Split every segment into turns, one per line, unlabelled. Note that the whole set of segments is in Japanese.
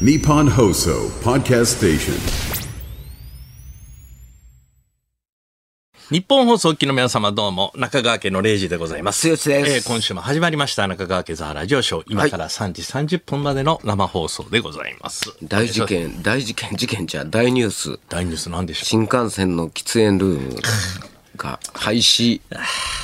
Nippon Hoso Podcast Station.
日本放送機の皆様どうも、中川家の0時でございます。
剛です
えー今週も始まりました、中川家ザーラジオショー。今から3時30分までの生放送でございます。
大事件、大事件、事件じゃ、大ニュース。
大ニュースなんでしょ
新幹線の喫煙ルームが廃止。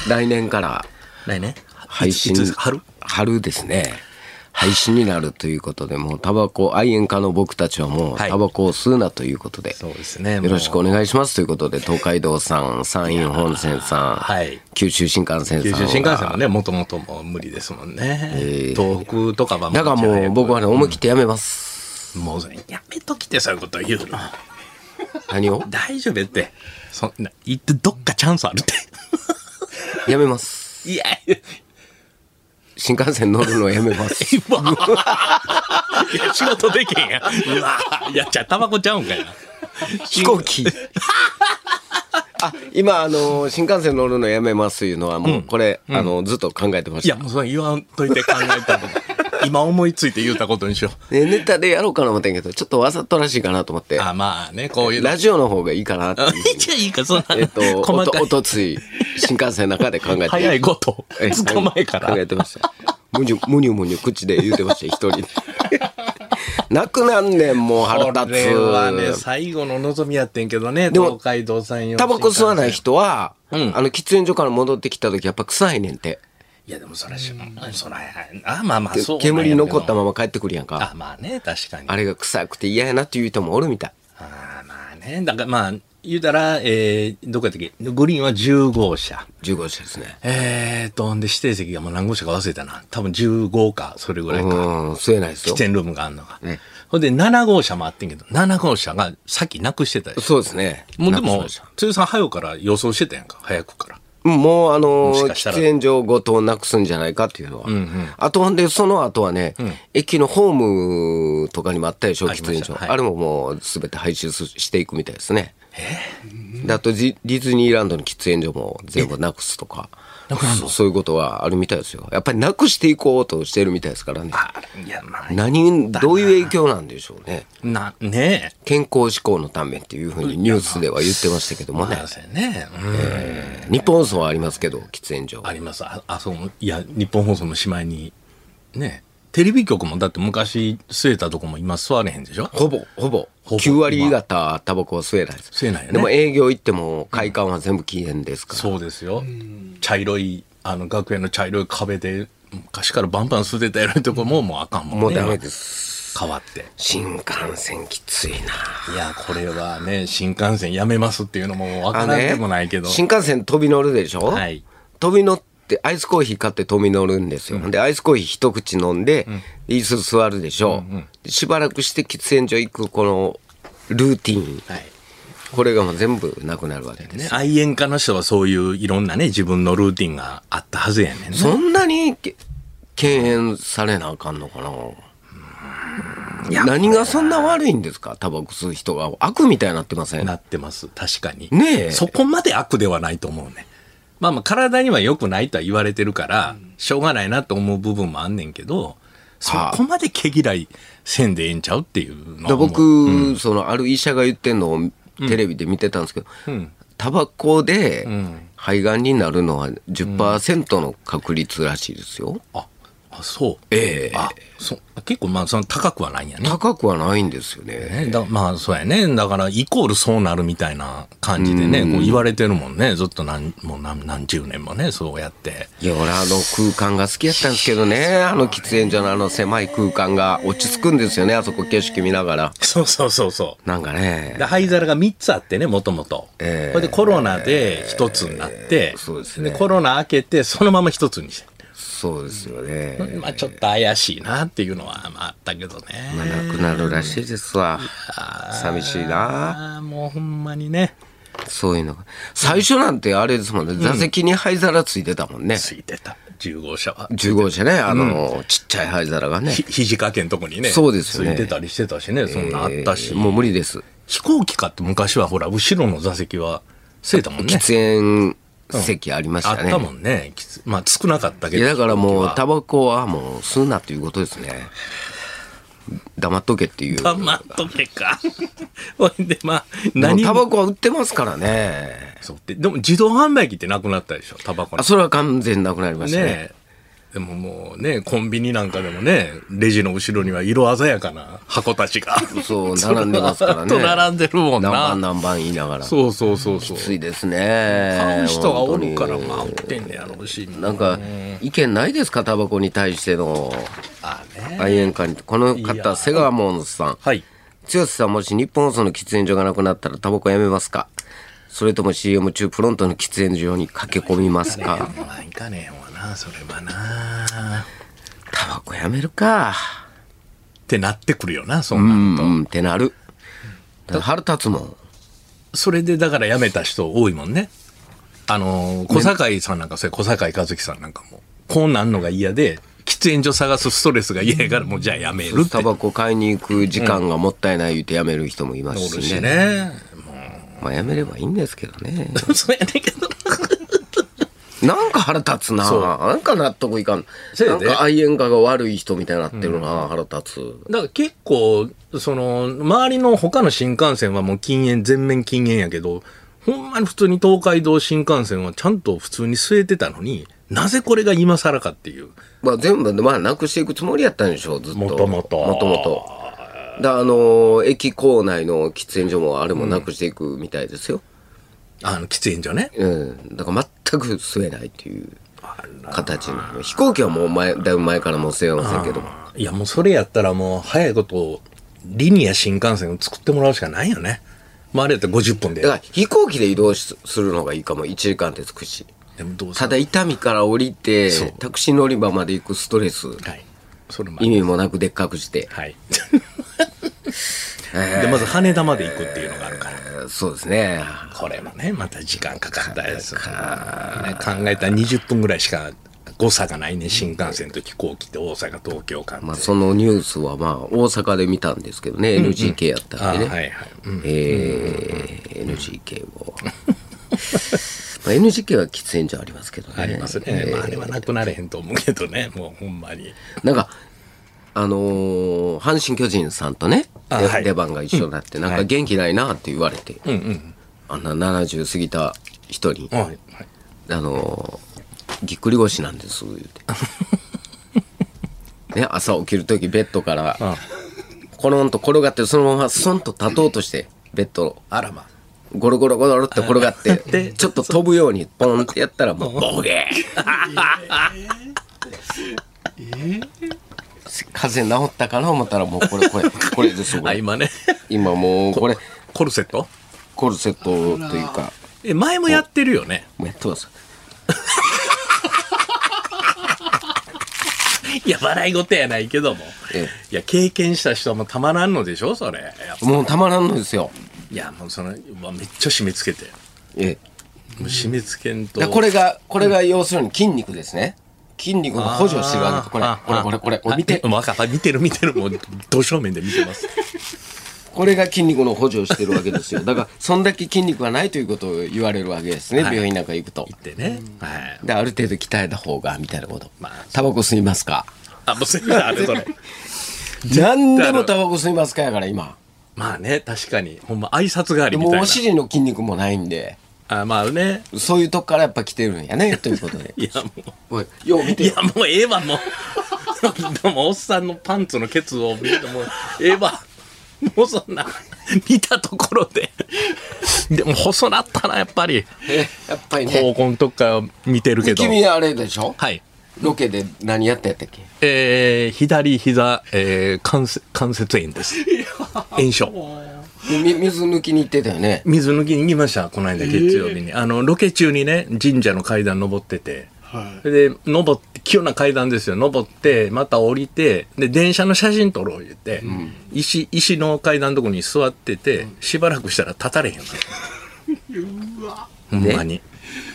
来年から
う来年
配信
いついつですか春
春ですね。廃止になるということで、もうタバコ、愛煙家の僕たちはもう
はい
タバコを吸うなということで、
そうですね。
よろしくお
ね。
願いしますということで、東海道さん、山陰本線さん、
はい
九州新幹線さ
九
んは。
州新幹線もね、もともともう無理ですもんね。東北とかは
だからもう僕はね、思い切ってやめます。
もうやめときてそういうこと言うの。
何を
大丈夫って。そんな、言ってどっかチャンスあるっ
やめます。
て。いや、いや
新幹線乗るのやめます。
うわいや仕事できへんやん。うわいやっちゃうタバコちゃうんかいな。
飛行機。 あ今あの新幹線乗るのやめますいうのはもうこれ、あのずっと考えてま
い
し
や、
た。
もうそれ言わんといて考えたこと。今思いついて言うたことにしよ
ねネタでやろうかな思ってんけどちょっとわざとらしいかなと思って
う。あ、まあね、こういうの。
ラジオの方がいいかなっていう ふうに。
じゃあいいか、そんな。
えっとお
細
と
かい
おとつい新幹線の中で考えて
早いこと
ええ
捕まえから
考えてました。むにゅむにゅむにゅ口で言うてました一人で。 なくなんねんもう腹
これはね、
立つ。
最後の望みやってんけどね、
でも
東海道産用。
タバコ吸わない。人は、
うん
あの喫煙所から戻ってきた時やっぱ臭いねんて。
いや、でもそらし、そら、あ、まあまあ、
で
そうなんやけど。
煙残ったまま帰ってくるやんか
あ、まあね、確かに。
あれが臭くて嫌やなっていう人もおるみたい
あーまあね、だからまあ、言うたら、えー、どこやったっけ、グリーンは10号車。
15車ですね
えーと、ほんで指定席がもう何号車か忘れたな。多分15か、それぐ
う
らいか。
ん吸えないです
喫
よ
煙ルームがあるのが。ほんで、7号車もあってんけど、7号車がさっきなくしてたでしょ。
そうですね
もうで
なくし
も
まし、
通さん早うから予想してたやんか、早くから。
たもうあの
もし
ー
かした
喫
ら
煙所ごとなくすんじゃないかっていうのは、あとほんでその後はね、駅のホームとかにもあったでしょ
あ
喫
りました
煙所、
はい
あれももう全て廃止すしていくみたいですねであとジディズニーランドの喫煙所も全部なくすとかそそういうことはあるみたいですよやっぱりなくしていこうとしてるみたいですからね
あいや、まあ、
何どういう影響なんでしょうね
な、ね
健康志向のためっていうふうにニュースでは言ってましたけども
え。
ね
なんせね。うん
日本放送はありますけど喫煙所
あります。あ、あそう、いや、日本放送のしまいに、ねえテレビ局もだって昔据えたとこも今座れへんでしょ
ほぼほぼ
ほぼ
9割方タバコは吸えないです
吸えないよね
でも営業行っても会館は全部禁煙ですから
そうですよ。茶色い、あの、学園の茶色い壁で、昔からバンバン吸ってたやるとこももうあかんもんね。
もうダメです
変わって。
新幹線きついない
や、これはね、新幹線やめますっていうのももうわか
あ
らん
の
でもないけど。
新幹線飛び乗るでしょ、
はい
飛び乗ってアイスコーヒー買って飛び乗るんですよ、でアイスコーヒー一口飲んで、椅子座るでしょ、でしばらくして喫煙所行くこのルーティン
はい。
これがもう全部なくなるわけです、
ね、愛煙家の人はそういういろんなね、自分のルーティンがあったはずやねんね。
そんなにけ敬遠されなあかんのかな何がそんな悪いんですかタバコ吸う人が悪みたいになってません
なってます。確かに。
ねえ
そこまで悪ではないと思うね。まあまあ、体には良くないとは言われてるから、しょうがないなと思う部分もあんねんけど、そこまで毛嫌いせんでええんちゃうっていうの
だ
は思う
僕、そのある医者が言ってんのをテレビで見てたんですけど、タバコで肺がんになるのは10%の確率らしいですよ。
あ、あ、そう。
ええ
あ、そう。結構まあ、その高くはないんやね。
高くはないんですよね。
ね、だまあそうやねだからイコールそうなるみたいな感じでねこう言われてるもんねずっと何もう何何十年もねそうやって
いや、俺あの空間が好きやったんですけどね、あの喫煙所のあの狭い空間が落ち着くんですよね、あそこ景色見ながら。
そうそうそうそ
なんかね。
で灰皿が3つあってねもともとこ
ええ
れでコロナで1つになって、
そうですね
コロナ明けてそのまま1つにして、
そうですよね。
まあちょっと怪しいなっていうのはまああったけどね、
まあ、なくなるらしいですわ。寂しいな。
あーもうほんまにね
そういうのが。最初なんてあれですもんね。座席に灰皿ついてたもんね。
ついてた10号車は
10号車ね。あの、ちっちゃい灰皿が ね
ひ。肘掛けんとこにね
そうですよね
ついてたりしてたしねそんなあったし、
えーもう無理です。
飛行機かって昔はほら、後ろの座席は据えたもんね。
喫煙席ありまし
あった
ね。
たもんね。きつまあ少なかったけ
い
ど。
やだからもう、
飛行
タバコはもう吸うなということですね。黙っとけっていう。
黙っとけか。 ほいで、まあ、
でも
何
タバコは売ってますからね。
そうってでも自動販売機ってなくなったでしょ、タバコの
あ、それは完全なくなりましたね。
ねえでももうね、コンビニなんかでもね、レジの後ろには色鮮やかな箱た ちが。
そう、並んでますか らね。
ずらっと並んでるもんな
何番何番言いながら。き
そうそうそうそう。
ついですね。
買う人がおるから、
本当に
まあ、売ってんねやろうし。
なんか、意見ないですかタバコに対しての
あね。
愛煙家に。この
い
方、
や
セガモンさん。
はい。
剛さんもし日本放送の喫煙所がなくなったらタバコやめますかそれとも CM 中プロントの喫煙所に駆け込みますか
まあ、いかねえわな、それはな。
タバコやめるか
ってなってくるよな、そ
うん
な。
んうんってなるだから腹立つもん
それでだから辞めた人多いもんね。あのー、小堺さんなんか、それ小堺和樹さんなんかも、こうなんのが嫌で、喫煙所探すストレスが嫌やから、もうじゃあ辞めるって
タ。バコ買いに行く時間がもったいない言ってやめる人もいます
おる
し
し
ね
ね。
まあやめればいいんですけどね
そうやねんけど。
なんか腹立つな
そう
なんか納得いかん
せ
な
や
ん
で
か愛煙家が悪い人みたいになってるな、腹立つ
だから結構、その、周りの他の新幹線はもう禁煙、全面禁煙やけど、ほんまに普通に東海道新幹線はちゃんと普通に据えてたのに、なぜこれが今更かっていう。
まあ全部まあなくしていくつもりやったんでしょうずっと
もともと
もともとだあのー駅構内の喫煙所もあれもなくしていくみたいですよ、
あの、喫煙所ね。
うんだから全く吸えないっていう形になる飛行機はもう前だいぶ前からもう吸えませんけども
いや、もうそれやったらもう早いこと、リニア新幹線を作ってもらうしかないよね。まあ、あれやったら50分で
だ。から飛行機で移動しするのがいいかも1時間で着くし
でもどうせ
ただ伊丹から降りて
そう
タクシー乗り場まで行くストレス
はい。それもある
意味もなくでっかくして、
はい。で、まず羽田まで行くっていうのがあるから。
えーそうですね
これもね、また時間かかったやつ。ね、考えたら20分ぐらいしか誤差がないね、新幹線と飛行機って大阪、東京間って。
まあ、そのニュースはまあ大阪で見たんですけどね、NGK やった
あ
んでね、
はいはい。うん
えー NGK をまあ NGK は喫煙所ありますけどね
ありますね。
えー
まあ、あれはなくなれへんと思うけどね、もうほんまに。
なんかあのー阪神・巨人さんとね、
あ
で
はい
出番が一緒になって、なんか元気ないなって言われて、あんな70過ぎた人に、
はい。はい
あのーぎっくり腰なんです言う てね朝起きる時ベッドから
あ
コロンと転がってそのままスンと立とうとしてベッドを
あらま。
ゴロゴロゴロって転がっ
で
てちょっと飛ぶようにポンってやったらもうボゲー風邪治ったかな思ったらもうこれこれこれですこ
あ、
れ
今ね、
今もうこれ
コルセット
コルセットというか
え、前もやってるよね。
もうやってます
いや、笑い事やないけども。
え
いや、経験した人もたまらんのでしょ、それ。やっぱ
もうたまらんのですよ
いや、もうその、うわめっちゃ締め付けて。
ええ
もう締め付けんと。
だからこれがこれが要するに筋肉ですね筋肉の補助をしてるわけこれ
あー
これこれこれこれ見て
あわかった見てる見てるもうど正面で見てます
これが筋肉の補助をしてるわけですよだから そんだけ筋肉がないということを言われるわけですね、
はい
病院なんか行くと
でねはい
である程度鍛えた方がみたいなこと、
まあ
タバコ吸いま すか
あもうすいませんあれそ れ
何でもタバコ吸いますかやから今
まあね確かにほんま挨拶代わりみ
もう
たい
お
な
尻の筋肉もないんで
あまあね
そういうとこからやっぱ来てるんや ねということで
いやもう
おいよう見て
いやもうええわもう でもおっさんのパンツのケツを見るともうええわもうそんな見たところででも細なったなやっぱり
えやっぱり
高
ね
校のとか見てるけど
君あれでしょ、
はい
ロケで何やったやったっけ
えー、左膝、えー、関節関節炎です炎症
み水抜きに行ってたよね
水抜きに行きましたこの間月曜日に、あのロケ中にね神社の階段登ってて、それで登って急な階段ですよ登ってまた降りてで電車の写真撮ろう言って、石石の階段のとこに座っててしばらくしたら立たれへんわほんまに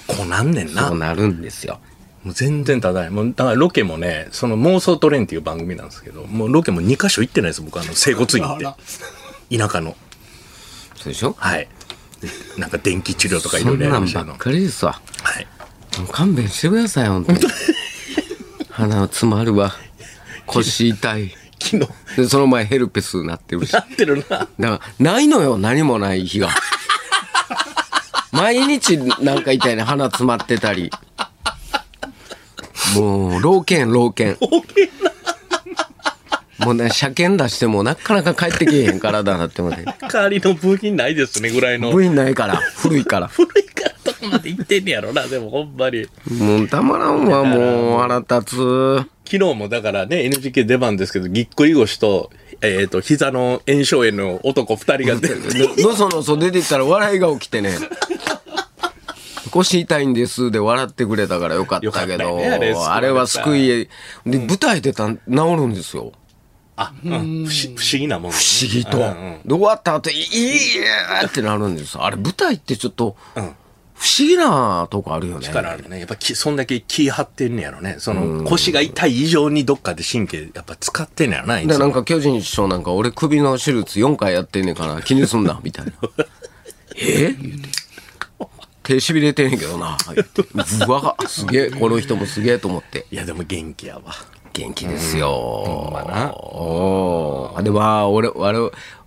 こうなんねんな
そうなるんですよ
もう全然立たない。もう、だからロケもね、その妄想トレインっていう番組なんですけど、もうロケも2カ所行ってないです、僕、あの、整骨院行って。田舎の。
そうでしょ
はい。でなんか電気治療とかいろ
そ
い
ん
ろやり
な
ま
ん
した
ば
けど
っかりですわ
はい。
もう勘弁してください本当に鼻は詰まるわ腰痛い
昨昨日。
でその前ヘルペスな ってるし
なってるな。
だからないのよ何もない日が毎日なんか痛いね鼻詰まってたりもう老犬老犬もうね車検出してもなかなか帰ってけえへん体なっても ね
代わりの部品ないですねぐらいの。
部品ないから古いから
古いからどこまで行ってんねやろな、でもほんまに。
もうたまら んわもう腹立つ
昨日もだからね、NGK 出番ですけど、ぎっくり腰と、えっ、と、膝の炎症炎の男二人が出て、
ののそのそ出てったら笑いが起きてね腰痛いんですで笑ってくれたからよかったけ
よか
ど
ったよねあれ
あれは救いで舞台出たら治るんですよ
あ、 うん、不思不思議なもん、ね。
不思議と、で終わった後いいえってなるんですあれ舞台ってちょっと不思議なとこあるよね
からあるね。やっぱき、そんだけ気張ってんねやろね。その、腰が痛い以上にどっかで神経、やっぱ使ってんねやろな、いつ
で
も
なんか巨人師匠なんか俺首の手術4回やってんねんから気にすんなみ たいなえ言うて手しびれてんねんけどな言うてうわすげえこの人もすげえと思って
いや、でも元気やわ。
元気ですよ
まあな
おーでまあ俺俺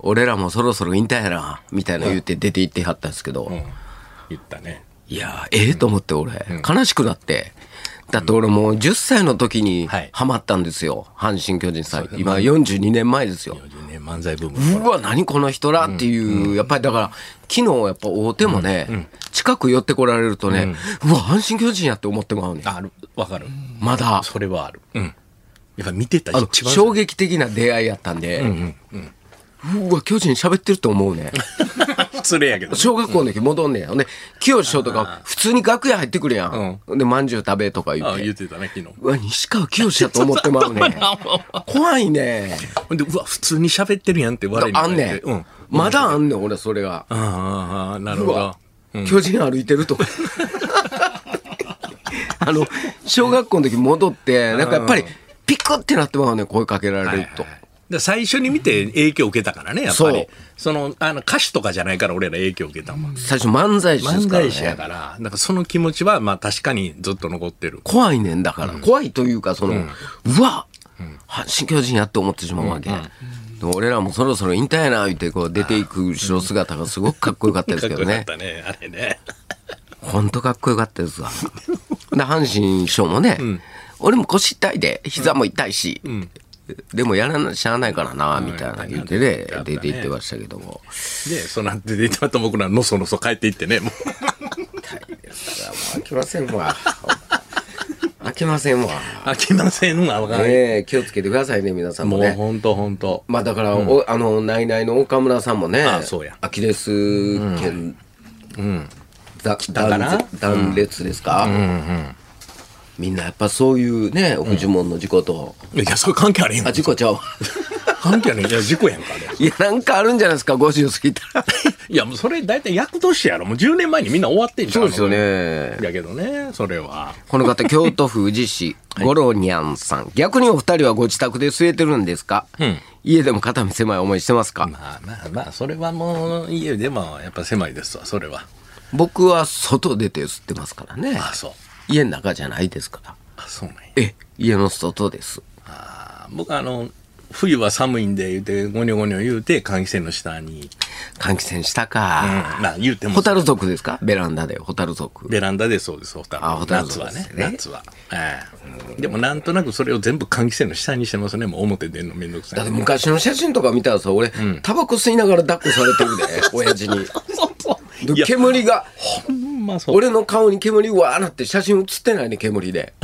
俺らもそろそろ引退やなみたいな言って出て行ってはったんですけど、
言ったね。
いやーええと思って俺、悲しくなってだって俺もう10歳の時に
はい
ハマったんですよ、阪神・巨人さん今42年前ですよ、
40年漫才ブーム。
うわ、何この人らっていう、やっぱりだから、昨日やっぱ大手もね、近く寄ってこられるとね、うわ、阪神巨人やって思ってもらうねん。
ある、わかる。
まだ、
それはある。うん。やっぱ見てた
あの、
一番
衝撃的な出会いやったんで、うわ、巨人喋ってると思うね。
失礼やけどね。
小学校の時戻んねん。ほんで、清志師匠とか、普通に楽屋入ってくるやん。で、まんじゅう食べとか言
あ
っ
あ
て。
言ってたね、昨日。
うわ、西川清志やと思ってもらうねん。怖いね。
ほんで、うわ、普通に喋ってるやんって笑いに
あ
変
ん
え
ね
てうん
ん。。まだあんねん、俺、それが。
あーあー、あーなる
う
ほ
わ
ど。、
巨人歩いてるとか。 あの、小学校の時戻って、なんかやっぱり、ピクってなってまうね、声かけられると。
で最初に見て影響受けたからね、やっぱ
そう
り。その、あの、歌手とかじゃないから俺ら影響受けたもん。
最初漫才師で
漫
すから
才師や
ね。
から、なんかその気持ちは、まあ確かにずっと残ってる。
怖いねんだから、怖いというか、その、うわ阪神巨人やって思ってしまうわけ。で俺らもそろそろ引退やな、言って、こう出ていく後ろ姿がすごくかっこよかったです
かっ
け
こ
ど
よか
ね
っ。たね、あれね。
ほんとかっこよかったですわ。で、阪神師匠もね、俺も腰痛いで、膝も痛いし、でもやらな、しゃあないからな、みたいな言ってね、出て行ってましたけども。
で、その後出てまた僕らのそのそ帰っていってね、 もう。
飽きませんわ。 飽きませんわ。
飽きませんわ、わかんない。
ねえ、気をつけてくださいね、皆さんも
もう
ね。
ほんとほんと。
まあだから、おあの、ナイナイの岡村さんもね、
あそうや
アキレス腱、うん、だ
たかな
断断裂ですか、みんなやっぱそういうね、奥呪文の事故と、
いや、それ関係あれへん
あ、。事故ちゃうわ。
関係あれへん。いや、事故やんか、あれ。
いや、なんかあるんじゃないですか、50過ぎたら。
いや、もうそれ大体役年やろ。もう10年前にみんな終わってんじゃん。
ね
あ。の。やけどね、それは。
この方、京都府宇治市、ゴロニャンさん。逆にお二人はご自宅で据えてるんですか、家でも肩身狭い思いしてますか、
まあまあまあ、それはもう、家でもやっぱ狭いですわ、それは。
僕は外出て吸ってますからね。
あ、そう。
家の中じゃないですから。
あ、そうなんや。
え、家の外です。
あー僕あの、冬は寒いんで言うて、ゴニョゴニョ言うて、換気扇の下に、
換気扇した
うん、
か。
まあ言うても、
ホタル族ですかベランダで、ホタル族。
ベランダでそうです、ホタル。
あホタル
夏はね
そう。です
夏は。ええでもなんとなくそれを全部換気扇の下にしてますね。もう表出んのめんどくさ
だっ
い
て。昔の写真とか見たらさ、俺、タバコ吸いながら抱っこされてる で、親父に。
そうそう。い
で
や、
煙が。
ほんまそう。
俺の顔に煙うわーなって写真写ってないね煙で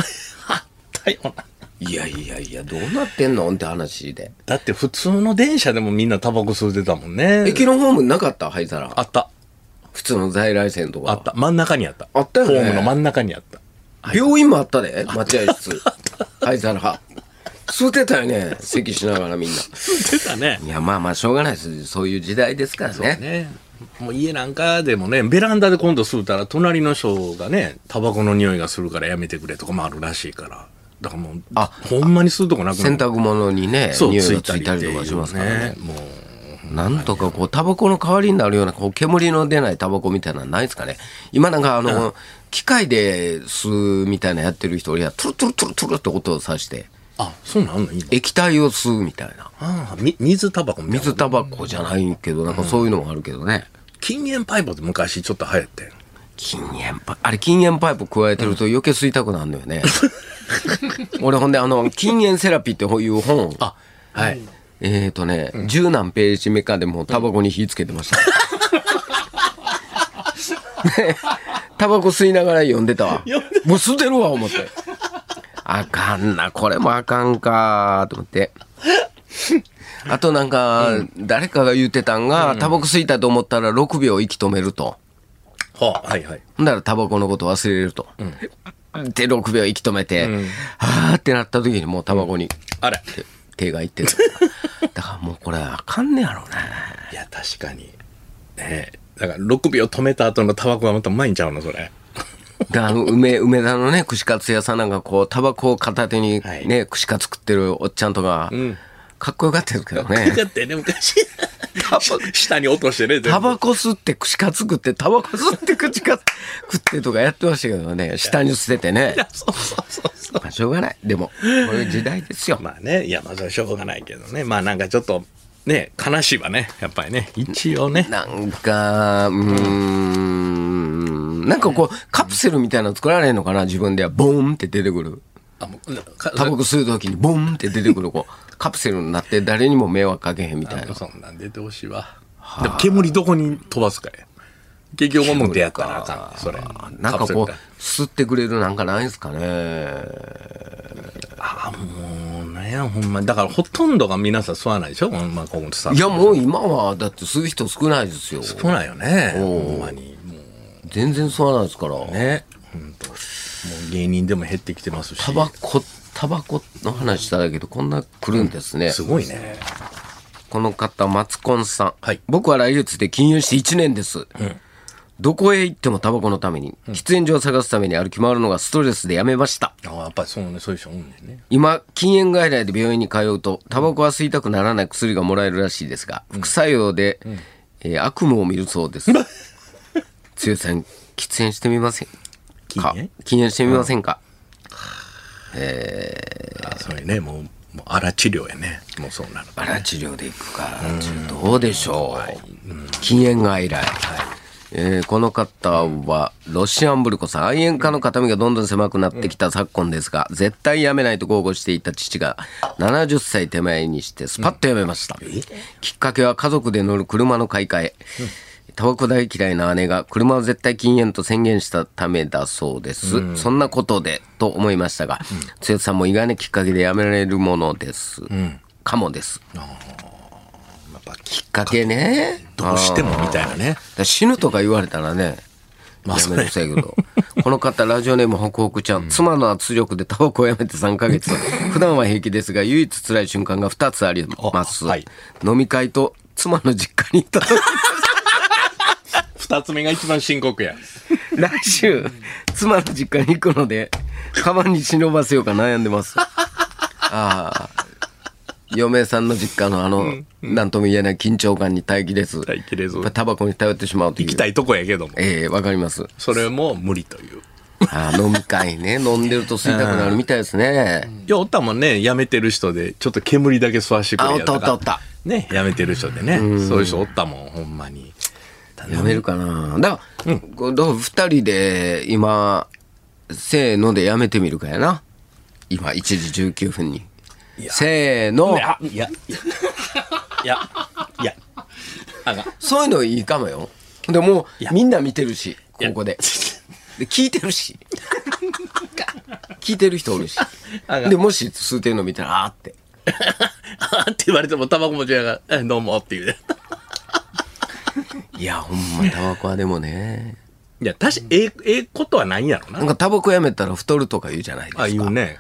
だよない
やいやいやどうなってんのって話で
だって普通の電車でもみんなタバコ吸うてたもんね。
駅のホームなかった灰皿
あった。
普通の在来線とか
あった。真ん中にあった。
あったよね
ホームの真ん中にあ った。
病院もあったで待合 室灰皿吸ってたよね咳しながらみんな
吸ってたね。
いやまあまあしょうがないですそういう時代ですからね
ね、もう家なんかでもねベランダで今度吸うたら隣の人がねタバコの匂いがするからやめてくれとかもあるらしいからだからもう
あ
ほんまに吸うとこなくな
洗濯物にね
そう
匂い
つ
が
い
つ
たり
いたりとかしますからね
っていうもう
なんとかこう、タバコの代わりになるような、こう、煙の出ないタバコみたいなのないですかね。今なんかあの、機械で吸うみたいなやってる人、俺は、トゥルトゥルトゥルトゥルって音をさして、
あ、そうなんあんの今。
液体を吸うみたいな
ああ、み水タバコみたいな。
水タバコじゃないけどなんかそういうのもあるけどね、
禁煙パイプって昔ちょっと流行ってん。
禁煙パイプあれ禁煙パイプ加えてると余計吸いたくなるの よね、俺ほんであの禁煙セラピーっていう本
あ、はい。
えーとね、十何ページ目かでもうタバコに火つけてました。 でタバコ吸いながら読んでたわ。もう吸ってるわ、思って。あかんな、これもあかんか、と思って。あとなんか、誰かが言ってたんが、タバコ吸いたと思ったら6秒息止めると。
はあ、はいはい。
ほんだらタバコのこと忘れると。で、6秒息止めて、はーってなった時にもうタバコに
あれ。
手手がいってた。だからもうこれあかんねやろね。
いや、確かに。ねえ。だから6秒止めた後のタバコがまたうまいんちゃうの、それ。
で、あの、梅、梅田のね、串カツ屋さんなんかこう、タバコを片手にね、
はい
串カツ食ってるおっちゃんとか、かっこよかったですけど
よか
ね。
ったよね、昔。下に落としてね、全部
タバコ吸って串カツ食って、タバコ吸って串カツ 食ってとかやってましたけどね、下に捨ててね。
そうそうそうそう。
まあ、しょうがない。でも、こういう時代ですよ。
まあね、いや、まあそれはしょうがないけどね。まあなんかちょっと、ね、悲しいわね。やっぱりね。一応ね。
なんか、うーん、なんかこう、カプセルみたいなの作られんのかな、自分では。ボーンって出てくる。
あもうか
タバコ吸う時にボンって出てくる子カプセルになって誰にも迷惑かけへんみたいな
そんなん出てほしいわ。でも煙どこに飛ばすかや。結局もう出会ったらあかんねそれ。
なんか
カプセル
こ
みたいう
吸ってくれるなんかないんすかね
なもうね、ほんまにだからほとんどが皆さん吸わないでしょほんま、ここさ。
いやもう今はだって吸う人少ないですよ
吸わないよね。ほんまに。も
全然吸わないですから、
うね。ほんと。もう芸人でも減ってきてますし。
タバコタバコの話しただけどこんな来るんですね、
すごいね。
この方マツコンさん、
はい
僕は来月で金融して1年です、どこへ行ってもタバコのために喫煙所を探すために歩き回るのがストレスでやめました
あやっぱりそうね、そういう人多いんだよね。
今禁煙外来で病院に通うとタバコは吸いたくならない薬がもらえるらしいですが副作用で、えー悪夢を見るそう です剛さん喫煙してみません
禁
か
煙
禁煙してみませんか、
あそれね、もう、もう荒治療やね。もうそうなの。
バラ治療でいくか、どうでしょう、禁煙外来、えーこの方はロシアンブルコさん愛煙家の肩身がどんどん狭くなってきた昨今ですが、絶対やめないと豪語していた父が70歳手前にしてスパッとやめました、きっかけは家族で乗る車の買い替え、タバコ大嫌いな姉が車を絶対禁煙と宣言したためだそうです、そんなことでと思いましたが、剛さんも意外なきっかけでやめられるものです、かもです
やっぱき
きっかけね。
どうしてもみたいなね。
だから死ぬとか言われたらね、
まあ
やめなさいけど。この方、ラジオネームホクホクちゃん、妻の圧力でタバコをやめて3ヶ 月。普段は平気ですが、唯一辛い瞬間が2つあります。
あはい
飲み会と妻の実家に行った時。
二つ目が一番深刻や。
来週、妻の実家に行くので、カバンに忍ばせようか悩んでます。ああ。嫁さんの実家のあの、なんとも言えない緊張感に耐えきれず、
耐えきれず
やっぱタバコに頼ってしまうという。
行きたいとこやけども。
ええわかります。
それも無理という。
あー飲み会 ね、飲んでると吸いたくなるみたいですね。
いや、おったもんね、やめてる人で、ちょっと煙だけ吸わしてくれ
あ、おっ
や
たお
と
っ
か
たおった。
ね、やめてる人でね。そういう人おったもん、ほんまに。
やめるかな。だから、こうだから二人で今、せーのでやめてみるかやな。今、1時19分に。せー
い。
の
や、いや、いや、いや、 あが、
そういうのいいかもよ。でも
や
う、みんな見てるし、
や
こ こで。で、聞いてるし。聞いてる人おるし。
あが
で、もし吸うてるの見たら、あーって。
あーって言われてもタバコ持ちやがら、えどうもっていうね。
いや、ほんま、タバコはでもね。
いや、確か、ええ、ええことはないんやろな
なん。かタバコやめたら太るとか言うじゃないですか。
あ、言うね。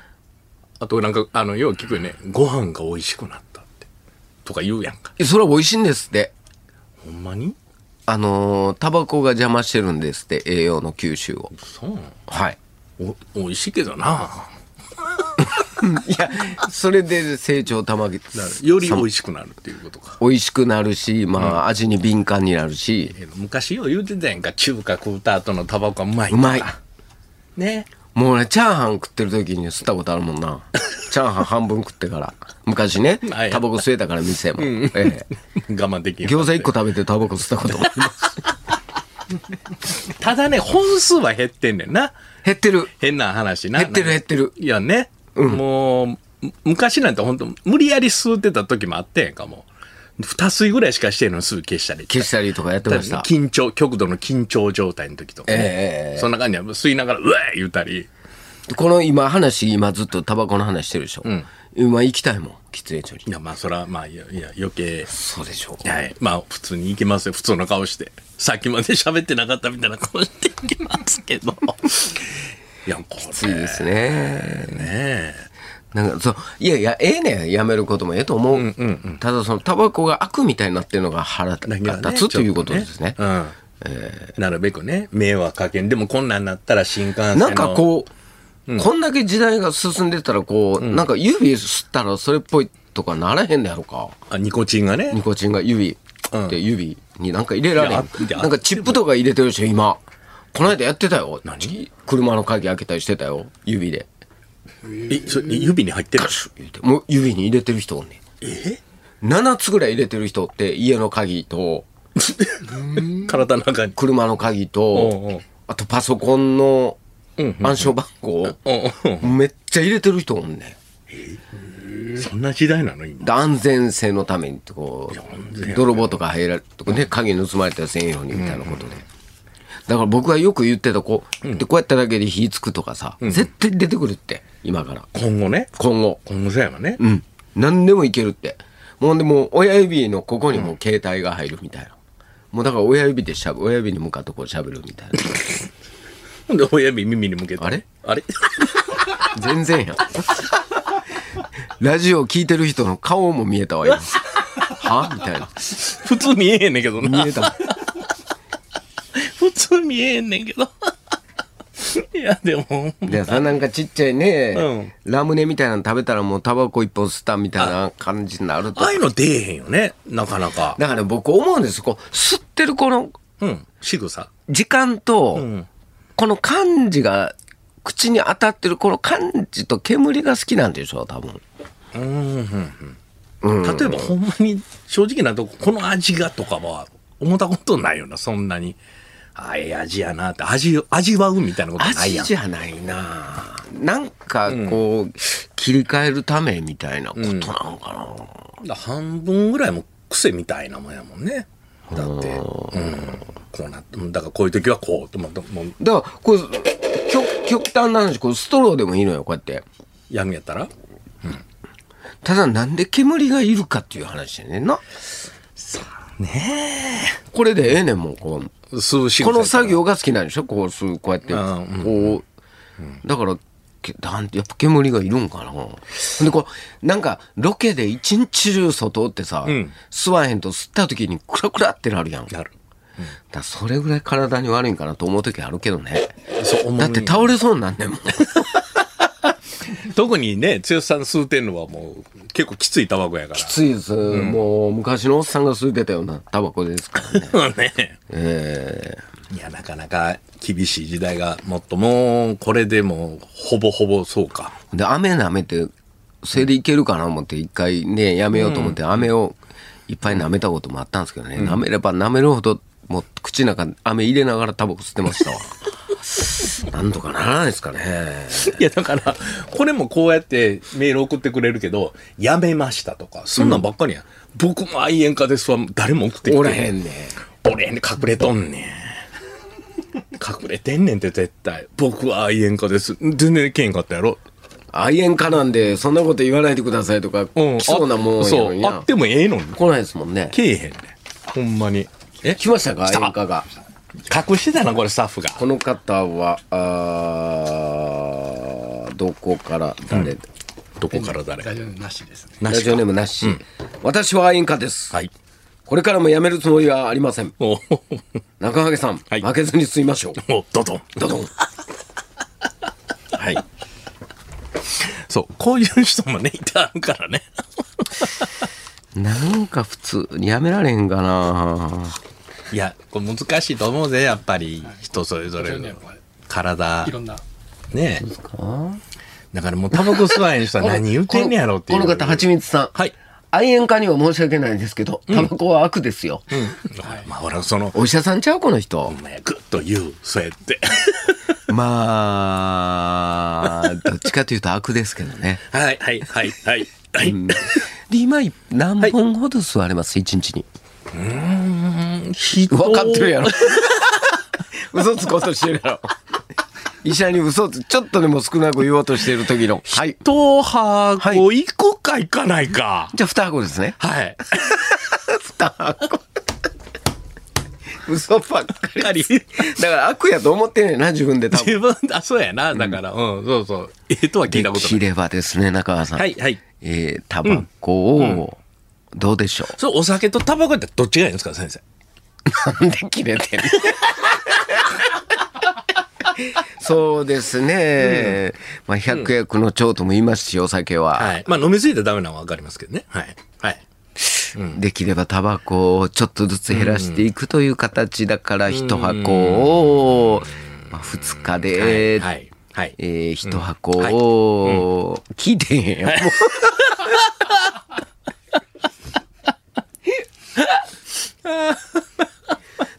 あと、なんか、あの、よう聞くよね。ご飯が美味しくなったって。とか言うやんか。
えそれは美味しいんですって。
ほんまに
あのータバコが邪魔してるんですって、栄養の吸収を。
そうなの
はい。
お、美味しいけどな。
いや、それで成長たまげ、
より美味しくなるっていうことか。
美味しくなるし、まあ、味に敏感になるし、
えー昔よう言うてたやんか。中華食うた後のタバコはうまい。
うまい。
ね。
もうね、チャーハン食ってる時に吸ったことあるも んな。チャーハン半分食ってから。昔ね
は、い
タバコ吸えたから店も。ええ
我慢できん
餃子1個食べてタバコ吸ったこともあります。
ただね、本数は減ってんねんな。
減ってる。
変な話な。
減ってる減ってる
いやね、もう、む昔なんて本当無理やり吸ってた時もあったやんかもう。二吸いぐらいしかしてんのにすぐ消したり。
消したりとかやってました。
緊張、極度の緊張状態の時とか、ね
ええ
そんな感じは吸いながら、うわー言うたり。
この今話、今ずっとタバコの話してるでしょ。今行きたいもん、喫煙所
い
に。
や、まあ、そら、まあ、いや、いや余計。
そうでしょう。
はい。まあ、普通に行きますよ。普通の顔して。さっきまで喋ってなかったみたいな顔して行きますけ ど。いや、こ
つ
れ
い
ね
ですね。
え。
なんかそういやいやええねんやめることもええと思う,、ただそのタバコが悪みたいになってるのが腹立
だけはね
つということですね
ちょっとうんなるべくね、迷惑かけん。でもこんなんなったら新幹線の。
なんかこう、こんだけ時代が進んでたらこう、なんか指吸ったらそれっぽいとかならへんのやろか
あニコチンが
ニ
ね。
コチンが指
うん
って指になんか入れられ
い
ん、な
や
ん
あいや
かチップとか入れてるでしょ今この間やってたよ何車の鍵開けたりしてたよ指で
いそ指に入ってる
ガ。シュッ入れてもう指に入れてる人おんねん
え
7つぐらい入れてる人って家の鍵と
体の中に。
車の鍵と、
おうおう
あとパソコンの暗証番号、
うんうん
めっちゃ入れてる人おんね
そんな時代なの今
ん。。で安全性のためにってこう泥棒とか入られとかね鍵盗まれたらせんようにみたいなことで、だから僕がよく言ってたこう,、でこうやっただけで火つくとかさ、絶対出てくるって今から
今後ね。
今後
今後そうやわね。
うん何でもいけるってもうでもう親指のここにもう携帯が入るみたいな、もうだから親指でしゃぶ親指に向かってこうしゃべるみたいな
ほんで親指耳に向けて。
あれ
あれ
全然やん。ラジオ聞いてる人の顔も見えたわよ。はみたいな。
普通見えへんねんけどな
見え。た。
普通見えへんねんけど。 いや、でも。
でさ、なんかちっちゃいね、
う
ラムネみたいなの食べたらもうタバコ一本吸ったみたいな感じになると
あ。あいうの出えへんよね。なかなか。
だから僕思うんです。こう、吸ってるこの
うん。仕草。
時間と、
ん
この感じが、口に当たってるこの感じと煙が好きなんでしょう、多分。
例えばほんまに正直なとここの味がとかは思ったことないよなそんなにああええ味やなって味を味わうみたいなことない
味
やん
じゃないななんかこう、切り替えるためみたいなことなのかな、
半分ぐらいも癖みたいなもんやもんねだって、うん、こうなってだからこういう時はこうともうもう
だからこう極極端な話こうストローでもいいのよこうやって
やんやったら
ただなんで煙がいるかっていう話やねんな
ね
これでええねんもうこう
え数
この作業が好きなんでしょこうすこうやって
うん
こうだからけなんてやっぱ煙がいるんかなでこうなんかロケで一日中外おってさ、
ん
吸わへんと吸った時にクラクラってなるやん
なる
だからそれぐらい体に悪いんかなと思う時あるけどね
そう思う
だって倒れそうになんねんもん
特にね剛さん吸うてんのはもう結構きついタバコやから
ついです、もう昔のおっさんが吸ってたようなタバコですから ね
ね
え
いや、なかなか厳しい時代が、もっともう、これでも、ほぼほぼそうか。
えで雨舐めてそれでいけるかな思って一回ねやめようと思って雨をいっぱい舐めたこともあったんですけどね、舐めれば舐めるほどもう口の中に飴入れながらタバコ吸ってましたわなんとかならないですかね
いや、だから、これもこうやってメール送ってくれるけど、やめましたとか、そんなんばっかりやん。僕も愛煙家ですわ、誰も送ってきて
おらへんねん
おれへんね隠れとんねん。隠れてんねんって絶対。僕は愛煙家です。全然けんかったやろ。
愛煙家なんでそんなこと言わないでくださいとか来そうなもんや
そ
のに
う。
な、
あってもええのに。
来ないですもんね
けえへんねん。ほんまに。え
来ましたか演歌が
隠してたな、これスタッフが。
この方はあーどこから誰、
どこから誰
大丈夫なしですね。
な
ラジオネームなし、私は愛煙家です、
はい。
これからもやめるつもりはありません
お
中影さん、
はい
負けずに済みま しょう
お、ドドン。
どどんはい
そう、こういう人もね、いてあるからね。
なんか普通にやめられへんかない
や、これ難しいと思うぜ、やっぱり。人それぞれ
そうね
の
これ
体
いろんな
ねえだからもうタバコ吸わへん人 は何言うてんねやろっていう。
このこの方、蜂蜜さん。
はい。
愛煙家には申し訳ないんですけど、タバコは悪ですよ。
まあほら、その、
お医者さんちゃうこの人。
お前グッと言う、そうやって。
まあ、どっちかというと悪ですけどね。
はい、はい、はい、はい。はい。
で、今、何本ほど吸われます、一日に。
人
分かってるやろ。 嘘つこうとしてるやろ。医者に嘘つ、ちょっとでも少なく言おうとしてる時 の。はい。
一箱行個か行かないか。
じゃあ、二箱ですね。
はい。
二箱。嘘ばっかり。だから悪やと思ってんねんな、自分で多 分。
自分、あ、そうやな。だから、うん、そうそう。ええとは聞いたこと
切
ない。
ればですね、中川さん。
はい、はい。
えー、タバコを、どうでしょう。
そう、お酒とタバコってどっちがいいんですか、先生。
なん で切れ てんのそうですね。まあ、百薬の長とも言いますし、お酒は。
はい。まあ、飲みすぎてダメなのはわかりますけどね。はい。はい。
できればタバコをちょっとずつ減らしていくという形だから、一箱を、まあ、2日で、
はい。はい。
えー、一箱を、聞いてへんよ。もう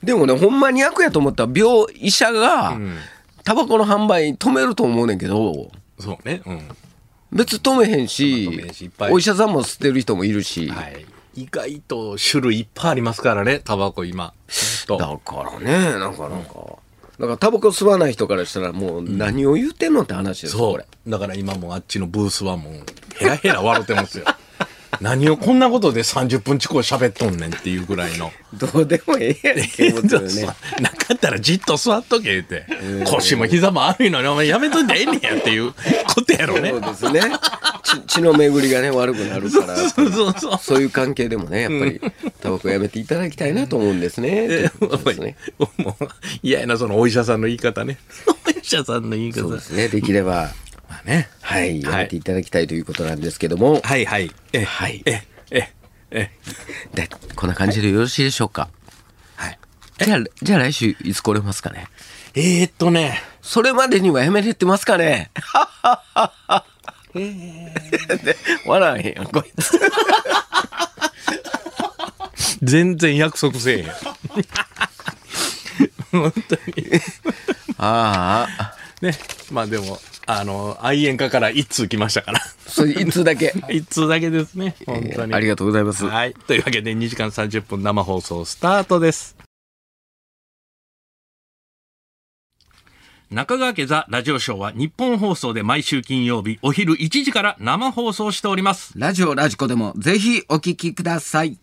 でもね、ほんまに悪やと思ったら病医者が、タバコの販売止めると思うねんけど、
そうね。うん。
別に止めへんし
止めへんしいっぱい
お医者さんも吸ってる人もいるし、
はい。意外と種類いっぱいありますからね、タバコ今。ほんと
だからね、なんかなんか、だからタバコ吸わない人からしたらもう何を言うてんのって話ですよ、
そ
これ。
う。だから今もうあっちのブースはもう、ヘラヘラ笑ってますよ。何をこんなことで30分近く喋っとんねんっていうぐらいの。
どうでもえ えやんって思ってるね。
なかったらじっと座っとけって、腰も膝も悪いのにお前やめといてええねんやっていうことやろね
そうですね。ち血の巡りがね、悪くなるか ら。
そうそうそう
そういう関係でもね、やっぱり、タバコやめていただきたいなと思うんですね。
え
ということですね。
もう嫌やなそのお医者さんの言い方ねお医者さんの言い方
そうですね。できれば、
まあね
はい、や
は
めて
い
いただきたいということなんですけども、
はいはいえ
はい
えええ
でこんな感じでよろしいでしょうか。
はい
じゃあ、じゃあ来週いつ来れますかね。
えー、っとね
それまでにはやめれてますかね。 で笑わへんやん、こいつ。
全然約束せえへん 本当に
ああ、
ねまあでもあの愛煙家から一通来ましたから
それいつだけ。
一通だけですね本当に、
ありがとうございます。
はい。というわけで、2時間30分生放送スタートです。中川家ザラジオショーは日本放送で毎週金曜日お昼1時から生放送しております。
ラジオラジコでもぜひお聞きください。